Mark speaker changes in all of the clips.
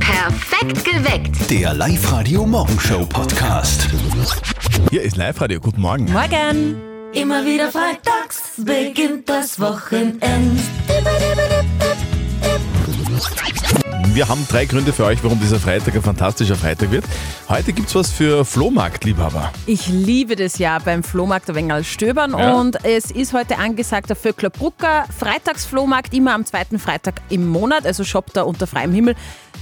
Speaker 1: Perfekt geweckt.
Speaker 2: Der Live-Radio-Morgenshow-Podcast.
Speaker 3: Hier ist Live-Radio. Guten Morgen.
Speaker 4: Morgen!
Speaker 5: Immer wieder freitags beginnt das Wochenend.
Speaker 3: Wir haben drei Gründe für euch, warum dieser Freitag ein fantastischer Freitag wird. Heute gibt's was für Flohmarktliebhaber.
Speaker 4: Ich liebe das ja beim Flohmarkt ein wenig als stöbern
Speaker 3: Ja.
Speaker 4: und es ist heute angesagt der Vöcklerbrucker Freitagsflohmarkt, immer am zweiten Freitag im Monat, also shoppt da unter freiem Himmel.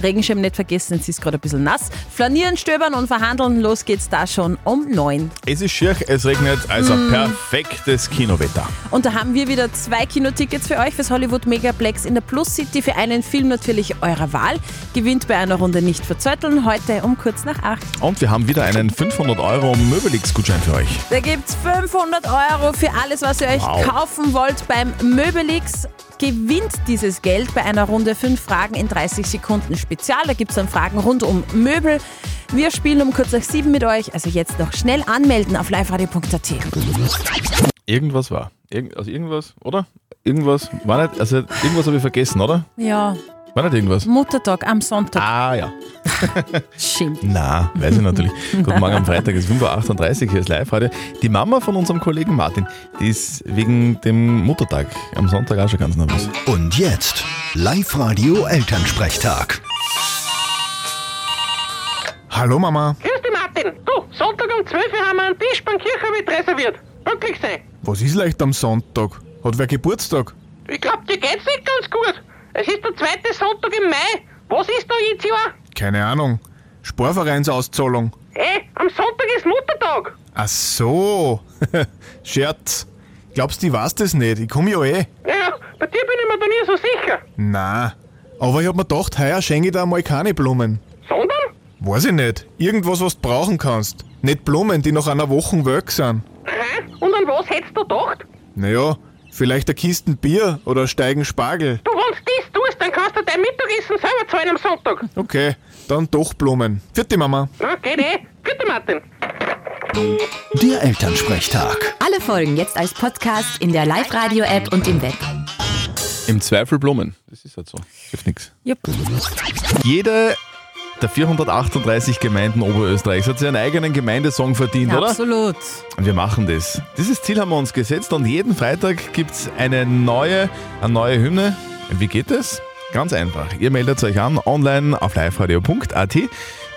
Speaker 4: Regenschirm nicht vergessen, jetzt ist gerade ein bisschen nass. Flanieren, stöbern und verhandeln, los geht's da schon um neun.
Speaker 3: Es ist schier, es regnet, also perfektes Kinowetter.
Speaker 4: Und da haben wir wieder zwei Kinotickets für euch fürs Hollywood Megaplex in der Plus City für einen Film natürlich eurer Wahl. Gewinnt bei einer Runde nicht verzötteln, heute um kurz nach acht.
Speaker 3: Und wir haben wieder einen 500 Euro Möbelix-Gutschein für euch.
Speaker 4: Da gibt es 500 Euro für alles, was ihr euch
Speaker 3: Wow.
Speaker 4: kaufen wollt beim Möbelix. Gewinnt dieses Geld bei einer Runde 5 Fragen in 30 Sekunden Spezial. Da gibt es dann Fragen rund um Möbel. Wir spielen um kurz nach sieben mit euch. Also jetzt noch schnell anmelden auf liveradio.at.
Speaker 3: Irgendwas war. Irgend, also irgendwas, oder? Irgendwas war nicht, also irgendwas habe ich vergessen, oder?
Speaker 4: Ja,
Speaker 3: War nicht irgendwas?
Speaker 4: Muttertag am Sonntag.
Speaker 3: Ah ja.
Speaker 4: Schimpf.
Speaker 3: Na, weiß ich natürlich. Guten Morgen am Freitag ist 5.38 Uhr, hier ist live heute. Die Mama von unserem Kollegen Martin, die ist wegen dem Muttertag am Sonntag auch schon ganz nervös.
Speaker 2: Und jetzt Live-Radio-Elternsprechtag.
Speaker 3: Hallo Mama.
Speaker 6: Grüß dich, Martin. Du, Sonntag um 12 Uhr haben wir einen Tisch beim Kirchenwirt reserviert. Glücklich sein.
Speaker 7: Was ist leicht am Sonntag? Hat wer Geburtstag?
Speaker 6: Ich glaub, dir geht's nicht ganz gut. Es ist der zweite Sonntag im Mai. Was ist da jetzt Jahr?
Speaker 7: Keine Ahnung. Sportvereinsauszahlung.
Speaker 6: Ey, am Sonntag ist Muttertag.
Speaker 7: Ach so. Scherz. Glaubst du, ich weiß das nicht? Ich komme ja eh.
Speaker 6: Naja, bei dir bin ich mir da nie so sicher.
Speaker 7: Na. Aber ich hab mir gedacht, heuer schenke ich dir mal keine Blumen.
Speaker 6: Sondern?
Speaker 7: Weiß ich nicht. Irgendwas, was du brauchen kannst. Nicht Blumen, die nach einer Woche weg sind.
Speaker 6: Aha, und an was hättest du gedacht?
Speaker 7: Naja, vielleicht eine Kisten Bier oder ein steigen Spargel.
Speaker 6: Du, wenn's das tust, dann kannst du dein Mittagessen selber zahlen am Sonntag.
Speaker 7: Okay, dann doch Blumen. Vierte Mama.
Speaker 6: Na, geht eh. Bitte, Martin.
Speaker 2: Der Elternsprechtag.
Speaker 8: Alle Folgen jetzt als Podcast in der Live-Radio-App und im Web.
Speaker 3: Im Zweifel Blumen. Das ist halt so. Hilft nichts.
Speaker 4: Jupp.
Speaker 3: Jede der 438 Gemeinden Oberösterreichs hat sich einen eigenen Gemeindesong verdient, oder?
Speaker 4: Absolut.
Speaker 3: Und wir machen das. Dieses Ziel haben wir uns gesetzt und jeden Freitag gibt es eine neue, eine neue Hymne. Wie geht das? Ganz einfach. Ihr meldet euch an online auf liveradio.at.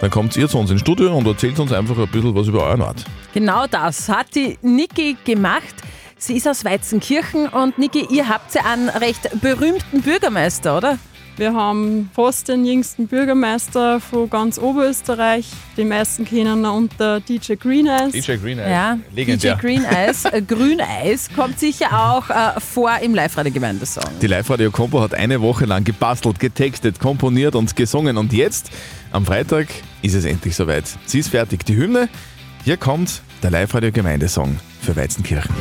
Speaker 3: Dann kommt ihr zu uns ins Studio und erzählt uns einfach ein bisschen was über euren Ort.
Speaker 4: Genau das hat die Niki gemacht. Sie ist aus Weizenkirchen und Niki, ihr habt ja einen recht berühmten Bürgermeister, oder?
Speaker 9: Wir haben fast den jüngsten Bürgermeister von ganz Oberösterreich. Die meisten kennen ihn unter DJ Green Eyes.
Speaker 3: Green
Speaker 4: Äh, Ja, DJ Green Eis, äh, Grün Eis kommt sicher auch äh, vor im Live-Radio-Gemeindesong.
Speaker 3: Die Live-Radio Combo hat eine Woche lang gebastelt, getextet, komponiert und gesungen. Und jetzt, am Freitag, ist es endlich soweit. Sie ist fertig, die Hymne. Hier kommt der Live-Radio Gemeindesong für Weizenkirchen.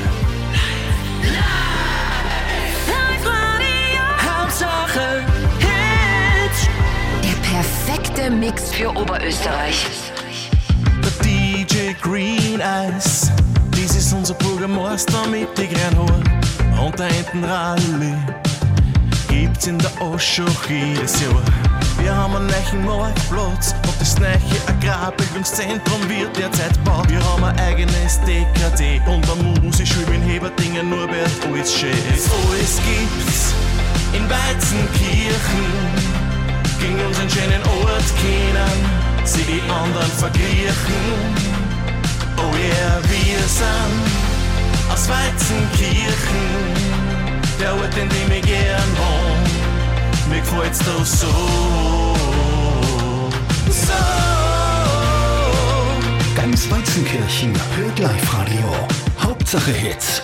Speaker 8: Der perfekte Mix für Oberösterreich.
Speaker 10: DJ Green Eyes. Dies ist unser Bürgermeister mit die Greinhorn und der Entenrallye. Gibt's in der Oschach jedes Jahr. Wir haben einen neuen Marktplatz und das neue Agrarbildungszentrum wird derzeit gebaut. Wir haben ein eigenes DKD und eine Musikschule in Heberdingen, Norbert, alles schön. Alles gibt's in Weizenkirchen ging unseren schönen Ort kennen, sie die anderen verglichen. Oh yeah, wir sind aus Weizenkirchen, der Ort, in dem ich gern wohn. Mir gefällt's da so. So.
Speaker 2: Ganz Weizenkirchen hört Live-Radio. Hauptsache Hits.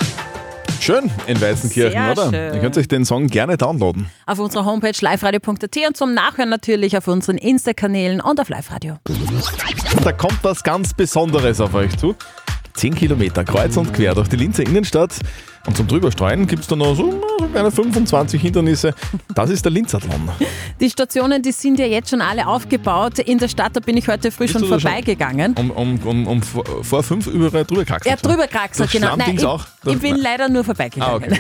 Speaker 3: Schön in Weizenkirchen,
Speaker 4: Sehr
Speaker 3: oder?
Speaker 4: schön.
Speaker 3: Ihr könnt euch den Song gerne downloaden.
Speaker 4: Auf unserer Homepage liveradio.at und zum Nachhören natürlich auf unseren Insta-Kanälen und auf Live-Radio.
Speaker 3: Da kommt was ganz Besonderes auf euch zu. 10 Kilometer kreuz und quer durch die Linzer Innenstadt Und zum Drüberstreuen gibt es da noch so äh, so kleine 25 Hindernisse. Das ist der Linzathlon.
Speaker 4: Die Stationen, die sind ja jetzt schon alle aufgebaut. In der Stadt, da bin ich heute früh schon
Speaker 3: du da schon?
Speaker 4: vorbeigegangen.
Speaker 3: Um, um, um, um vor vor fünf überall drüber kraxelt.
Speaker 4: Ja, drüber
Speaker 3: Durch
Speaker 4: kraxelt, genau.
Speaker 3: Schlamm ging's
Speaker 4: ich,
Speaker 3: auch?
Speaker 4: ich bin
Speaker 3: Durch-
Speaker 4: leider nur
Speaker 3: Ah,
Speaker 4: vorbeigegangen.
Speaker 3: okay.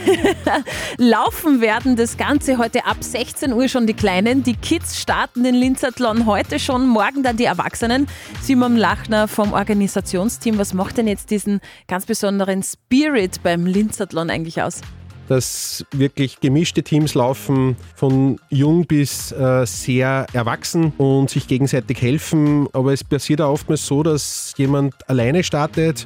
Speaker 4: Laufen werden das Ganze heute ab 16 Uhr schon die Kleinen. Die Kids starten den Linzathlon heute schon, morgen dann die Erwachsenen. Simon Lachner vom Organisationsteam, was macht denn jetzt diesen ganz besonderen Spirit beim Linzathlon eigentlich aus?
Speaker 1: dass wirklich gemischte Teams laufen, von jung bis äh, sehr erwachsen und sich gegenseitig helfen. Aber es passiert auch oftmals so, dass jemand alleine startet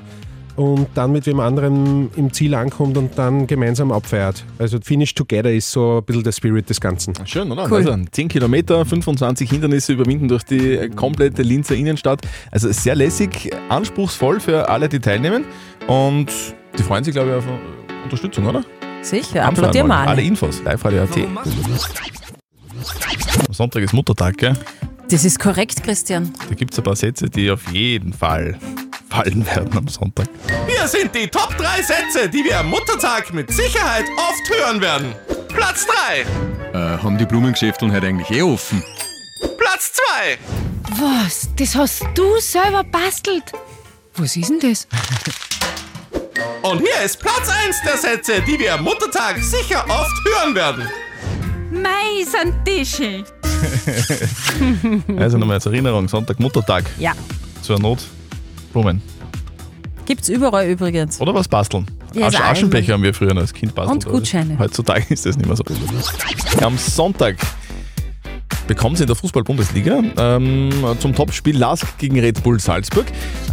Speaker 1: und dann mit wem anderem im Ziel ankommt und dann gemeinsam abfeiert. Also Finish Together ist so ein bisschen der Spirit des Ganzen.
Speaker 3: Schön, oder?
Speaker 4: Cool.
Speaker 3: Also 10 Kilometer, 25 Hindernisse überwinden durch die äh, komplette Linzer Innenstadt. Also sehr lässig, anspruchsvoll für alle, die teilnehmen. Und die freuen sich, glaube ich, auf äh, Unterstützung, oder?
Speaker 4: Sicher,
Speaker 3: Am
Speaker 4: applaudier
Speaker 3: Stadion.
Speaker 4: mal.
Speaker 3: Alle Infos, liveradio.at. Sonntag ist Muttertag, gell?
Speaker 4: Das ist korrekt, Christian.
Speaker 3: Da gibt es ein paar Sätze, die auf jeden Fall fallen werden am Sonntag.
Speaker 10: Hier sind die Top 3 Sätze, die wir am Muttertag mit Sicherheit oft hören werden. Platz 3,
Speaker 7: Äh, haben die Blumengeschäfteln heute eigentlich eh offen?
Speaker 10: Platz 2,
Speaker 5: Was? Das hast du selber bastelt? Was ist denn das?
Speaker 10: Und hier ist Platz 1 der Sätze, die wir am Muttertag sicher oft hören werden.
Speaker 5: Mei, sind die schön.
Speaker 3: Also nochmal als Erinnerung, Sonntag Muttertag,
Speaker 4: Ja,
Speaker 3: zur Not Blumen.
Speaker 4: gibt's überall übrigens.
Speaker 3: Oder was basteln?
Speaker 4: Ja,
Speaker 3: Asch
Speaker 4: so
Speaker 3: Aschenbecher haben wir früher noch als Kind bastelt.
Speaker 4: Und Gutscheine.
Speaker 3: Heutzutage ist das nicht mehr so. Am Sonntag bekommt sie in der Fußball-Bundesliga ähm, zum Topspiel Lask gegen Red Bull Salzburg.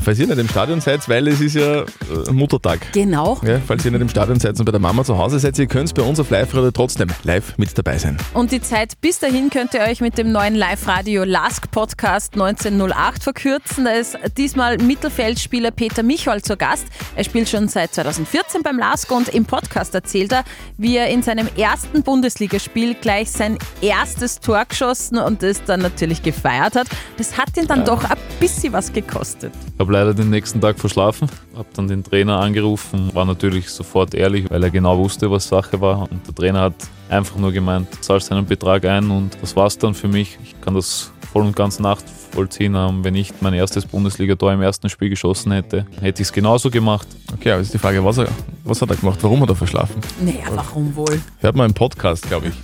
Speaker 3: Falls ihr nicht im Stadion seid, weil es ist ja äh, Muttertag.
Speaker 4: Genau.
Speaker 3: Ja, falls ihr nicht im Stadion seid und bei der Mama zu Hause seid, ihr könnt bei uns auf Live-Radio trotzdem live mit dabei sein.
Speaker 4: Und die Zeit bis dahin könnt ihr euch mit dem neuen Live-Radio Lask Podcast 1908 verkürzen. Da ist diesmal Mittelfeldspieler Peter Michol zu Gast. Er spielt schon seit 2014 beim Lask und im Podcast erzählt er, wie er in seinem ersten Bundesligaspiel gleich sein erstes Tor geschossen und es dann natürlich gefeiert hat. Das hat ihn dann doch ein bisschen was gekostet.
Speaker 10: Ich habe leider den nächsten Tag verschlafen, habe dann den Trainer angerufen, war natürlich sofort ehrlich, weil er genau wusste, was Sache war. Und der Trainer hat einfach nur gemeint, zahlst einen Betrag ein und das war's dann für mich. Ich kann das voll und ganz nachvollziehen, ähm, wenn ich mein erstes Bundesliga-Tor im ersten Spiel geschossen hätte, hätte genau- ich es genauso gemacht.
Speaker 3: Okay, aber ist die Frage, was, er, was hat er gemacht? Warum hat er verschlafen?
Speaker 4: Naja, warum wohl?
Speaker 3: Hört man im Podcast, glaube ich.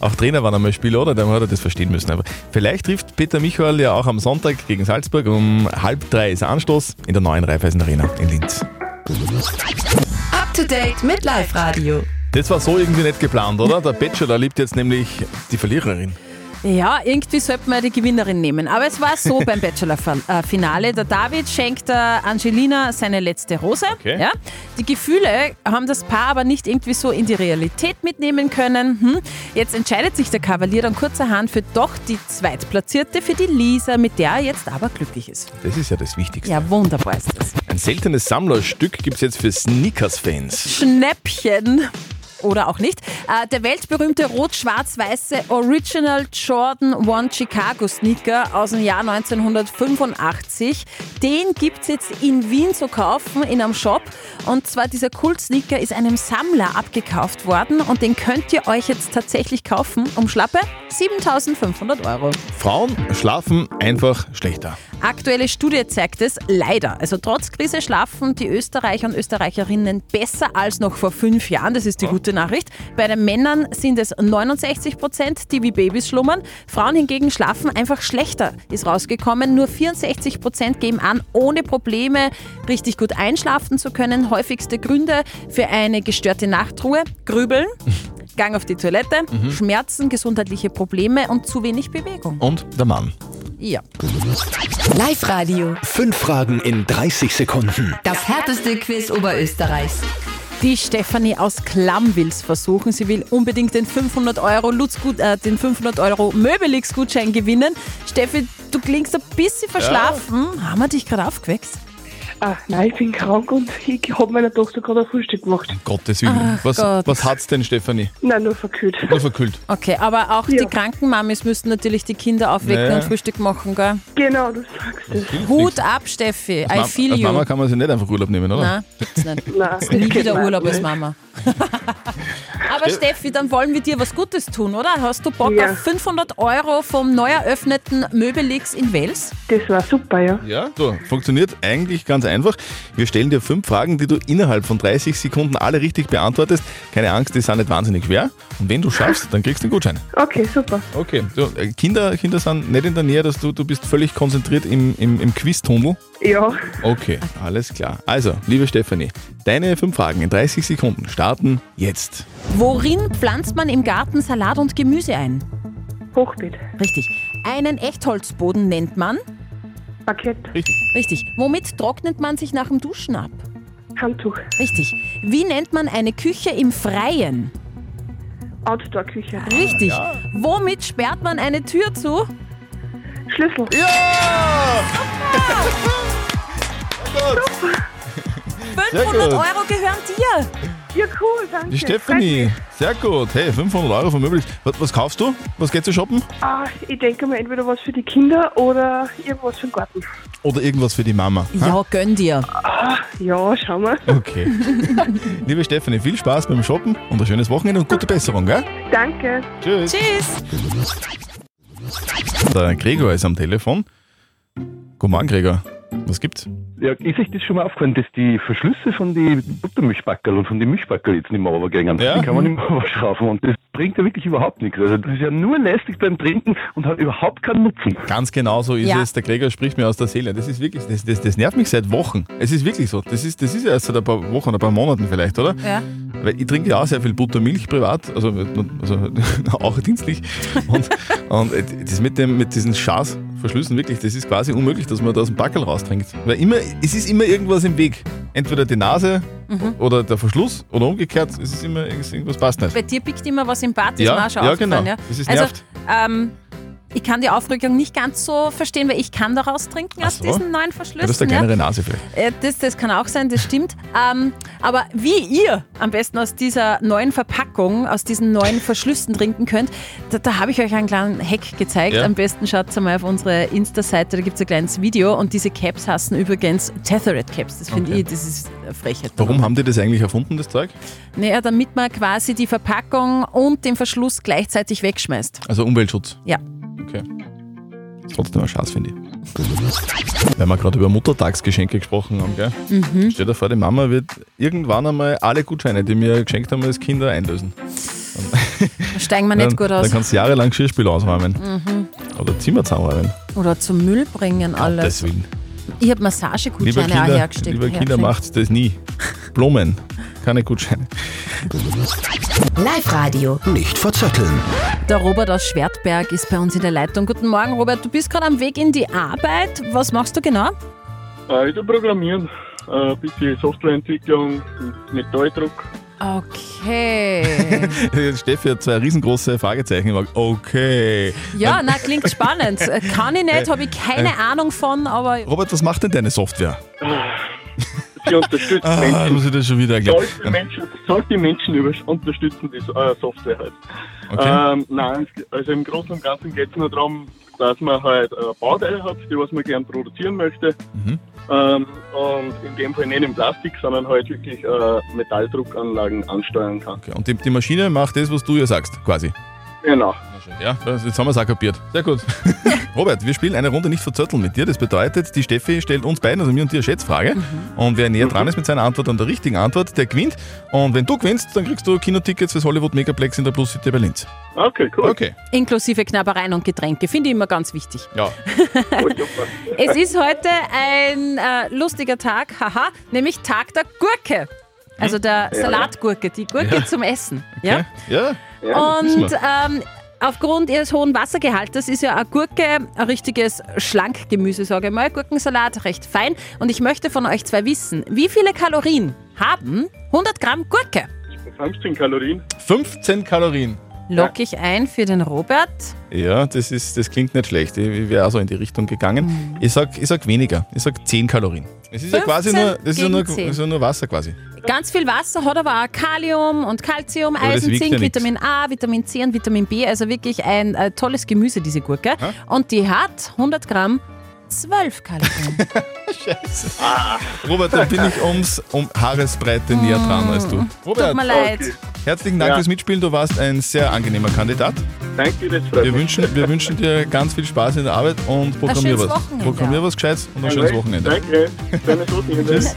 Speaker 3: auch Trainer waren einmal Spieler, oder? Dann hat er das verstehen müssen. Aber vielleicht trifft Peter Michael ja auch am Sonntag gegen Salzburg. Um halb drei ist Anstoß in der neuen Raiffeisen Arena in Linz.
Speaker 8: Up to date mit Live Radio.
Speaker 3: Das war so irgendwie nicht geplant, oder? Der Bachelor liebt jetzt nämlich die Verliererin.
Speaker 4: Ja, irgendwie sollte man die Gewinnerin nehmen. Aber es war so beim Bachelor-Finale. Der David schenkt der Angelina seine letzte Rose.
Speaker 3: Okay.
Speaker 4: Ja? Die Gefühle haben das Paar aber nicht irgendwie so in die Realität mitnehmen können. Hm? Jetzt entscheidet sich der Kavalier dann kurzerhand für doch die Zweitplatzierte, für die Lisa, mit der er jetzt aber glücklich ist.
Speaker 3: Das ist ja das Wichtigste.
Speaker 4: Ja, wunderbar ist das.
Speaker 3: Ein seltenes Sammlerstück gibt es jetzt für Sneakers-Fans.
Speaker 4: Schnäppchen. Oder auch nicht. Äh, Der weltberühmte rot-schwarz-weiße Original Jordan One Chicago Sneaker aus dem Jahr 1985. Den gibt's jetzt in Wien zu kaufen, in einem Shop. Und zwar dieser Kult-Sneaker ist einem Sammler abgekauft worden und den könnt ihr euch jetzt tatsächlich kaufen um schlappe 7500 Euro.
Speaker 3: Frauen schlafen einfach schlechter.
Speaker 4: Aktuelle Studie zeigt es leider. Also trotz Krise schlafen die Österreicher und Österreicherinnen besser als noch vor fünf Jahren. Das ist die gute Nachricht. Bei den Männern sind es 69 Prozent, die wie Babys schlummern. Frauen hingegen schlafen einfach schlechter, ist rausgekommen. Nur 64 Prozent geben an, ohne Probleme richtig gut einschlafen zu können. Häufigste Gründe für eine gestörte Nachtruhe, Grübeln. Gang auf die Toilette, Schmerzen, gesundheitliche Probleme und zu wenig Bewegung.
Speaker 3: Und der Mann.
Speaker 4: Ja.
Speaker 8: Live Radio.
Speaker 2: Fünf Fragen in 30 Sekunden.
Speaker 8: Das härteste Quiz Oberösterreichs.
Speaker 4: Die Stefanie aus Klamm will's versuchen. Sie will unbedingt den 500 Euro Lutzgut, äh, den 500 Euro Möbelix Gutschein gewinnen. Steffi, du klingst ein bisschen verschlafen. Haben wir dich gerade aufgeweckt?
Speaker 6: Ach Ah, nein, ich bin krank und ich habe meiner Tochter gerade ein Frühstück gemacht.
Speaker 3: Gottes Willen.
Speaker 4: Ach
Speaker 3: Was,
Speaker 4: Gott.
Speaker 3: was hat's denn, Stefanie?
Speaker 6: Nein, nur verkühlt.
Speaker 3: Nur verkühlt.
Speaker 4: Okay, aber auch die Krankenmamis müssen natürlich die Kinder aufwecken
Speaker 3: Ja.
Speaker 4: und Frühstück machen, gell?
Speaker 6: Genau, das sagst
Speaker 3: du.
Speaker 4: Hut ab, Steffi. I
Speaker 3: Mam-
Speaker 4: feel
Speaker 3: als
Speaker 4: you.
Speaker 3: Mama kann man sich nicht einfach Urlaub nehmen, oder?
Speaker 4: Nein, gibt's nicht.
Speaker 6: Nein,
Speaker 4: ist nie
Speaker 6: das geht
Speaker 4: wieder
Speaker 6: nicht.
Speaker 4: Urlaub als Mama. Aber
Speaker 3: Ste-
Speaker 4: Steffi, dann wollen wir dir was Gutes tun, oder? Hast du Bock
Speaker 6: Ja.
Speaker 4: auf 500 Euro vom neu eröffneten Möbelix in Wels?
Speaker 6: Das war super, ja.
Speaker 3: Ja, so, funktioniert eigentlich ganz einfach. Wir stellen dir fünf Fragen, die du innerhalb von 30 Sekunden alle richtig beantwortest. Keine Angst, die sind nicht wahnsinnig schwer. Und wenn du schaffst, dann kriegst du einen Gutschein.
Speaker 6: Okay, super.
Speaker 3: Okay. So, äh, Kinder, Kinder sind nicht in der Nähe, dass du, du bist völlig konzentriert im, im, im Quiz-Tunnel.
Speaker 6: Ja,
Speaker 3: Okay, alles klar. Also, liebe Stefanie, deine fünf Fragen in 30 Sekunden starten jetzt.
Speaker 4: Worin pflanzt man im Garten Salat und Gemüse ein?
Speaker 6: Hochbeet.
Speaker 4: Richtig. Einen Echtholzboden nennt man?
Speaker 6: Parkett.
Speaker 3: Richtig.
Speaker 4: Richtig. Womit trocknet man sich nach dem Duschen ab?
Speaker 6: Handtuch.
Speaker 4: Richtig. Wie nennt man eine Küche im Freien?
Speaker 6: Outdoor-Küche.
Speaker 4: Richtig. Womit sperrt man eine Tür zu?
Speaker 6: Schlüssel.
Speaker 3: Ja!
Speaker 4: 500
Speaker 3: gut.
Speaker 4: Euro gehören dir.
Speaker 6: Ja, cool, danke.
Speaker 3: Die Stefanie, sehr gut. Hey, 500 Euro vermöglich. Was, was kaufst du? Was geht zu shoppen?
Speaker 6: Ah, ich denke mir entweder was für die Kinder oder irgendwas für den Garten.
Speaker 3: Oder irgendwas für die Mama? Ah,
Speaker 4: Ja, gönn dir.
Speaker 6: Ja, schauen wir.
Speaker 3: Okay. Liebe Stefanie, viel Spaß beim Shoppen und ein schönes Wochenende und gute Besserung, gell?
Speaker 6: Danke.
Speaker 3: Tschüss.
Speaker 4: Tschüss.
Speaker 3: Der Gregor ist am Telefon. Guten Morgen, Gregor. Was gibt's?
Speaker 2: Ja, ist euch das schon mal aufgefallen, dass die Verschlüsse von den Buttermilchbackerl und von den Milchbackerl jetzt nicht mehr runtergehen?
Speaker 3: Ja.
Speaker 2: Die kann man nicht mehr runterschrauben und das bringt ja wirklich überhaupt nichts. Also das ist ja nur lästig beim Trinken und hat überhaupt keinen Nutzen.
Speaker 3: Ganz genau so ist
Speaker 2: Ja.
Speaker 3: es. Der Gregor spricht mir aus der Seele. Das ist wirklich, das, das, das nervt mich seit Wochen. Es ist wirklich so. Das ist, das ist ja erst seit ein paar Wochen, ein paar Monaten vielleicht, oder?
Speaker 4: Ja.
Speaker 3: Weil ich trinke ja auch sehr viel Buttermilch privat, also, also auch dienstlich. Und, und das mit, dem, mit diesen Schaßverschlüssen, wirklich, das ist quasi unmöglich, dass man da aus dem Backel raustrinkt. Weil immer, es ist immer irgendwas im Weg. Entweder die Nase
Speaker 4: Mhm.
Speaker 3: oder der Verschluss oder umgekehrt, es ist immer, irgendwas passt nicht.
Speaker 4: Bei dir pickt immer was im Bad, das
Speaker 3: Ja,
Speaker 4: ist mir auch schon
Speaker 3: ja,
Speaker 4: aufgefallen,
Speaker 3: genau.
Speaker 4: Ja?
Speaker 3: Das ist
Speaker 4: also,
Speaker 3: nervt.
Speaker 4: ähm, ich kann die Aufregung nicht ganz so verstehen, weil ich kann daraus trinken aus
Speaker 3: so.
Speaker 4: diesen neuen
Speaker 3: Ja, das ist
Speaker 4: Verschlüssen.
Speaker 3: eine
Speaker 4: ja.
Speaker 3: kleinere Nase vielleicht.
Speaker 4: Äh, Das, das kann auch sein, das stimmt. Ähm, aber wie ihr am besten aus dieser neuen Verpackung, aus diesen neuen Verschlüssen trinken könnt, da, da habe ich euch einen kleinen Hack gezeigt.
Speaker 11: Ja.
Speaker 4: Am besten schaut mal auf unsere Insta-Seite, da gibt es ein kleines Video. Und diese Caps hassen übrigens Tethered Caps. Das finde
Speaker 3: Okay.
Speaker 4: ich, das ist eine Frechheit.
Speaker 3: Warum haben die das eigentlich erfunden, das Zeug?
Speaker 4: Naja, damit man quasi die Verpackung und den Verschluss gleichzeitig wegschmeißt.
Speaker 3: Also Umweltschutz.
Speaker 4: Ja.
Speaker 3: Okay. Trotzdem ein Schatz, finde ich. Weil wir gerade über Muttertagsgeschenke gesprochen haben, gell?
Speaker 4: Mhm.
Speaker 3: Stell dir vor, die Mama wird irgendwann einmal alle Gutscheine, die mir geschenkt haben als Kinder, einlösen.
Speaker 4: Da steigen wir Ah, nicht
Speaker 3: dann,
Speaker 4: gut
Speaker 3: Dann
Speaker 4: aus.
Speaker 3: kannst du jahrelang Geschirrspiel ausräumen.
Speaker 4: Mhm.
Speaker 3: Oder Zimmer zusammenräumen.
Speaker 4: Oder zum Müll bringen alles.
Speaker 3: Deswegen.
Speaker 4: Ich habe
Speaker 3: Liebe
Speaker 4: Massagegutscheine auch
Speaker 3: Kinder,
Speaker 4: hergesteckt.
Speaker 3: liebe Kinder
Speaker 4: hergeschenkt.
Speaker 3: macht das nie. Blumen, keine Gutscheine.
Speaker 12: Live-Radio.
Speaker 13: Nicht verzetteln.
Speaker 4: Der Robert aus Schwertberg ist bei uns in der Leitung. Guten Morgen, Robert. Du bist gerade am Weg in die Arbeit. Was machst du genau?
Speaker 10: Äh, ich tu programmieren, äh, ein bisschen Softwareentwicklung, Metalldruck.
Speaker 4: Okay.
Speaker 3: Steffi hat zwei riesengroße Fragezeichen gemacht. Okay.
Speaker 4: Ja, na, klingt spannend. Äh, Kann ich nicht, habe ich keine
Speaker 3: Äh.
Speaker 4: Ahnung von, aber
Speaker 3: Robert, was macht denn deine Software?
Speaker 10: Sie unterstützt
Speaker 3: Ah,
Speaker 10: Menschen.
Speaker 3: muss ich das schon wieder erklären.
Speaker 10: Sollte Menschen, sollte Menschen über, unterstützen, die äh, Software halt.
Speaker 3: Okay.
Speaker 10: Ähm, nein, es- also im Großen und Ganzen geht es nur darum, dass man halt äh, Bauteile hat, die was man gern produzieren möchte.
Speaker 3: Mhm.
Speaker 10: Ähm, und in dem Fall nicht in Plastik, sondern halt wirklich äh, Metalldruckanlagen ansteuern kann.
Speaker 3: Und die, die Maschine macht das, was du ihr sagst, quasi.
Speaker 10: Genau.
Speaker 3: Ja, das- jetzt haben wir es auch kapiert. Sehr gut. Robert, wir spielen eine Runde nicht verzötteln mit dir. Das bedeutet, die Steffi stellt uns beiden, also mir und dir, eine Schätzfrage.
Speaker 10: Mhm.
Speaker 3: Und wer näher dran ist mit seiner Antwort an der richtigen Antwort, der gewinnt. Und wenn du gewinnst, dann kriegst du Kinotickets fürs Hollywood Megaplex in der Plus City bei Linz.
Speaker 10: Okay, cool.
Speaker 3: Okay.
Speaker 4: inklusive Knabbereien und Getränke. Finde ich immer ganz wichtig.
Speaker 3: Ja.
Speaker 4: Es ist heute ein äh, lustiger Tag, haha, nämlich Tag der Gurke. Also
Speaker 3: Ja.
Speaker 4: der Salatgurke, die Gurke
Speaker 3: Ja.
Speaker 4: zum Essen.
Speaker 3: Ja? Ja.
Speaker 4: Und
Speaker 3: wissen wir.
Speaker 4: ähm, aufgrund ihres hohen Wassergehaltes ist ja eine Gurke ein richtiges Schlankgemüse, sage ich mal. Gurkensalat recht fein. Und ich möchte von euch zwei wissen, wie viele Kalorien haben 100 Gramm Gurke?
Speaker 10: 15 Kalorien.
Speaker 3: 15 Kalorien.
Speaker 4: lock ich ein für den Robert.
Speaker 3: Ja, das, ist, das klingt nicht schlecht. Ich wäre auch so in die Richtung
Speaker 4: Mhm.
Speaker 3: gegangen. Ich sag, ich sag weniger. Ich sag 10 Kalorien. Es ist ja quasi
Speaker 4: 15
Speaker 3: nur, das ist ja
Speaker 4: gegen
Speaker 3: nur,
Speaker 4: 10.
Speaker 3: ist ja nur Wasser quasi.
Speaker 4: Ganz viel Wasser hat aber auch Kalium und Kalzium,
Speaker 3: Aber das
Speaker 4: Eisen,
Speaker 3: wiegt ja
Speaker 4: Zink,
Speaker 3: nix.
Speaker 4: Vitamin A, Vitamin C und Vitamin B. Also wirklich ein äh, tolles Gemüse, diese Gurke. Und die hat 100 Gramm 12 Kalorien.
Speaker 3: Robert, da bin ich ums um Haaresbreite näher dran als du. Robert,
Speaker 4: Mhm. Tut mir leid. Okay.
Speaker 3: herzlichen Dank
Speaker 4: Ja.
Speaker 3: fürs Mitspielen. Du warst ein sehr angenehmer Kandidat.
Speaker 14: Danke, das freut
Speaker 3: Wir wünschen, wir wünschen dir ganz viel Spaß in der Arbeit und programmier
Speaker 14: schönes
Speaker 3: was.
Speaker 14: Wochenende.
Speaker 3: Programmier was Gescheites und ein schönes Wochenende.
Speaker 14: Danke. Schönes Wochenende.
Speaker 3: Tschüss.